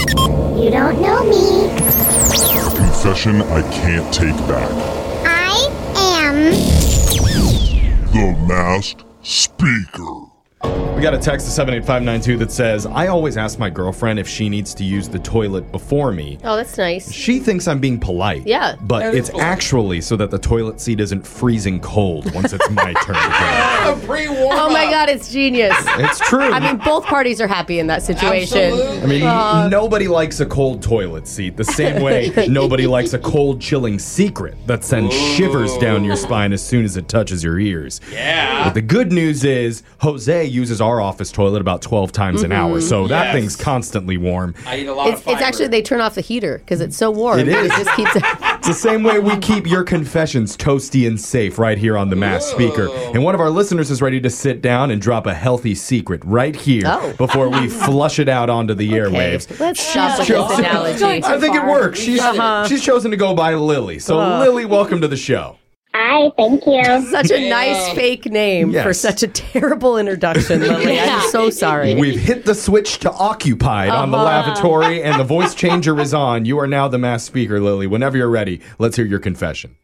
You don't know me. Confession I can't take back. I am. The Masked Speaker. We got a text to 78592 that says, I always ask my girlfriend if she needs to use the toilet before me. Oh, that's nice. She thinks I'm being polite. Yeah. But That is it's actually so that the toilet seat isn't freezing cold once it's my turn to A pre warm Oh my God, it's genius. go. It's true. I mean, uh, both parties are happy in that situation. I mean, nobody likes a cold toilet seat the same way nobody likes a cold, chilling secret that sends shivers down your spine as soon as it touches your ears. Yeah. But the good news is Jose uses our office toilet about 12 times an hour, Mm-hmm. so that Yes. thing's constantly warm. I eat a lot It's, of fiber. it's actually they turn off the heater because it's so warm. It is. just keeps. It's the same way we keep your confessions toasty and safe right here on the Mass Speaker. And one of our listeners is ready to sit down and drop a healthy secret right here Oh. before we flush it out onto the Okay, airwaves. let's stop with She's this analogy. Uh-huh. going I think it far. works. She's she's chosen to go by Lily. So Lily, welcome to the show. I thank you. Such a nice fake name for Yes. such a terrible introduction, Lily. I'm so sorry. We've hit the switch to occupied on Uh-huh. the lavatory, and the voice changer is on. You are now the mass speaker, Lily. Whenever you're ready, let's hear your confession.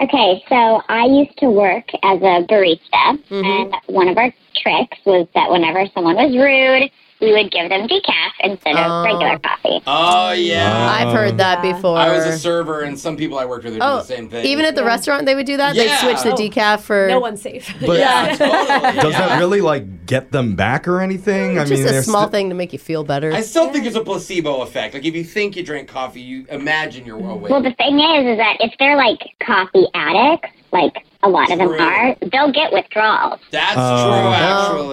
Okay, so I used to work as a barista, and one of our tricks was that whenever someone was rude, we would give them decaf instead of Oh. regular coffee. Oh yeah. I've heard that before. I was a server, and some people I worked with did oh, the same thing. even at the restaurant they would do that. Yeah. They switch the Oh. decaf for No one's safe. But yeah, totally. does yeah. that really like get them back or anything? I Mm, just a there's small sti- thing to make you feel better. I still think it's a placebo effect. Like if you think you drink coffee, you imagine you're awake. Well, the thing is, is that if they're like coffee addicts, like a lot of them True. are, they'll get withdrawals. That's Oh. true,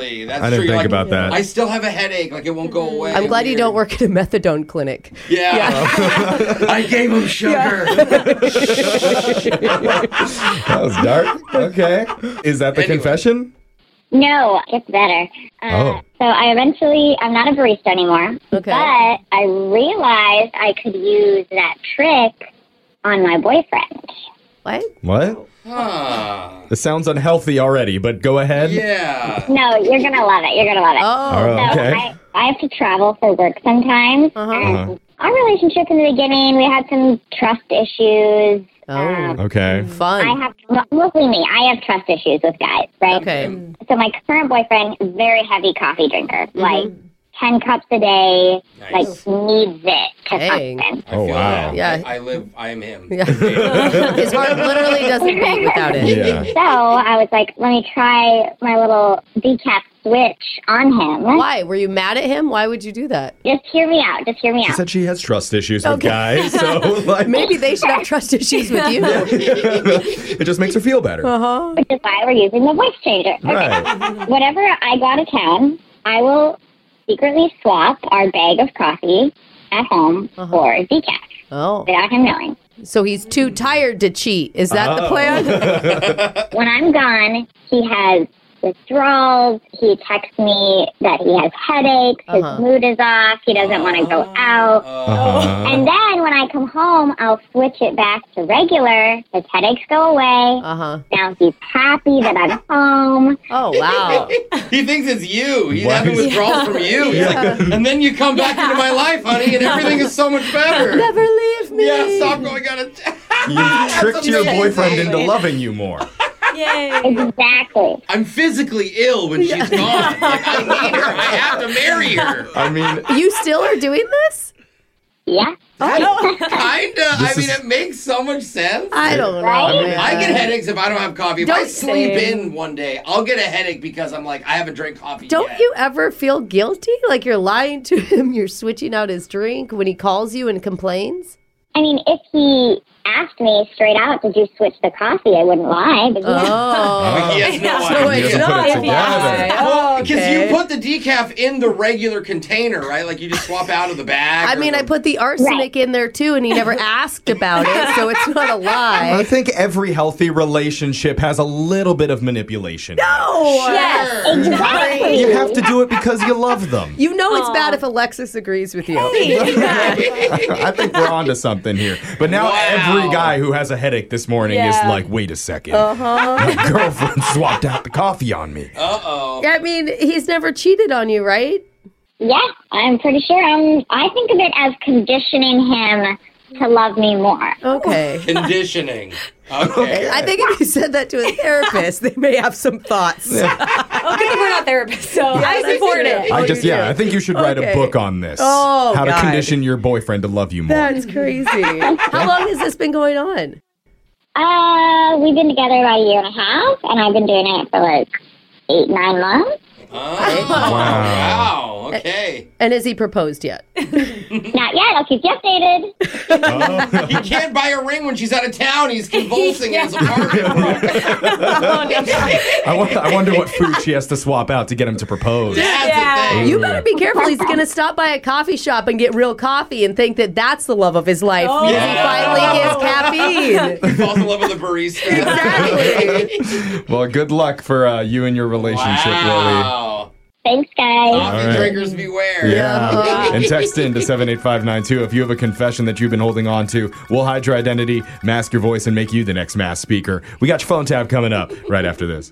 actually. That's I didn't true. think Like, about that. I still have a headache. Like it won't go away. I'm glad you Weird. don't work at a methadone clinic. Yeah. I gave him sugar. That was dark. Okay, is that the Anyway. confession? No, it's better. Uh, Oh. So I eventually, I'm not a barista anymore, Okay. but I realized I could use that trick on my boyfriend. What? What? Huh. This sounds unhealthy already, but go ahead. Yeah. No, you're gonna love it. You're gonna love it. Oh, All right. So Okay. I, I have to travel for work sometimes. And Uh-huh. Our relationship in the beginning, we had some trust issues. Um, oh, Okay. I fun. have well, mostly me. I have trust issues with guys, right? Okay. So my current boyfriend, very heavy coffee drinker, Mm-hmm. like ten cups a day, Nice. like needs it to Dang. function. I Oh, feel wow. that. Yeah. I, I live. I am him. Yeah. His heart literally doesn't beat without it. Yeah. So I was like, let me try my little decaf switch on him. Why? Were you mad at him? Why would you do that? Just hear me out. Just hear me She out. said she has trust issues with guys, so like Maybe they should have trust issues with you. it just makes her feel better. Uh-huh. Which is why we're using the voice changer. Okay. Right. Whenever I go out of town, I will secretly swap our bag of coffee at home Uh-huh. for decaf Oh. without him knowing. So he's too tired to cheat. Is that the plan? When I'm gone, he has withdrawals. He texts me that he has headaches. His Uh-huh. Oh. mood is off. He doesn't want to go out. Oh. Uh-huh. And then when I come home, I'll switch it back to regular. His headaches go away. Uh-huh. Now he's happy that I'm home. Oh, wow. He thinks it's you. He's Why having is- withdrawals from you. He's like, and then you come back into my life, honey, and everything is so much better. Never leave me. Yeah, stop going out of town. You tricked your amazing. boyfriend into loving you more. Yay. Exactly. I'm physically ill when she's gone. Like, I need her. I have to marry her. I mean, You still are doing this? Yeah. Kinda. I This mean, is- it makes so much sense. I don't know. Right? man. I get headaches if I don't have coffee. If I Don't sleep say. in one day, I'll get a headache because I'm like, I haven't drank coffee Don't yet. you ever feel guilty? Like you're lying to him, you're switching out his drink when he calls you and complains? I mean, if he asked me straight out, did you switch the coffee? I wouldn't lie. But uh, Oh. Like, yes, no, I So did. it's doesn't put not it if he together. asks. Well, because okay. you put the decaf in the regular container, right? Like you just swap out of the bag. I or mean, the- I put the arsenic in there too, and he never asked about it, so it's not a I lie. think every healthy relationship has a little bit of manipulation. No! Uh-huh. Yes. Sure. exactly. You have to do it because you love them. You know it's bad if Alexis agrees with you. I think we're onto something here. But now Wow. every guy who has a headache this morning is Yeah. like, wait a 2nd My girlfriend swapped out the coffee on me. Uh oh. I mean, he's never cheated on you, right? Yeah, I'm pretty sure. Um, I think of it as conditioning him to love me more. Okay. Conditioning. Okay. I think if you said that to a therapist, they may have some thoughts. Oh, good thing we're not therapists, so I that's support true. it. Oh, I just, you yeah, do. I think you should write Okay. a book on this. Oh, How to God. condition your boyfriend to love you more. That's crazy. How long has this been going on? Uh, we've been together about a year and a half, and I've been doing it for like eight, nine months. Oh, Uh, wow. Okay. And has he proposed yet? Not yet. I'll keep you updated. He can't buy a ring when she's out of town. He's convulsing in his apartment. I, wonder, I wonder what food she has to swap out to get him to propose. That's Yeah. the thing. You better be careful. He's going to stop by a coffee shop and get real coffee and think that that's the love of his life. Oh. because Yeah. he finally gets caffeine. Falls in love with a barista. Exactly. Well, good luck for uh, you and your relationship, Lily. Wow. Thanks, guys. Coffee right. drinkers beware. Yeah. and text in to 78592 if you have a confession that you've been holding on to. We'll hide your identity, mask your voice, and make you the next mass speaker. We got your phone tab coming up right after this.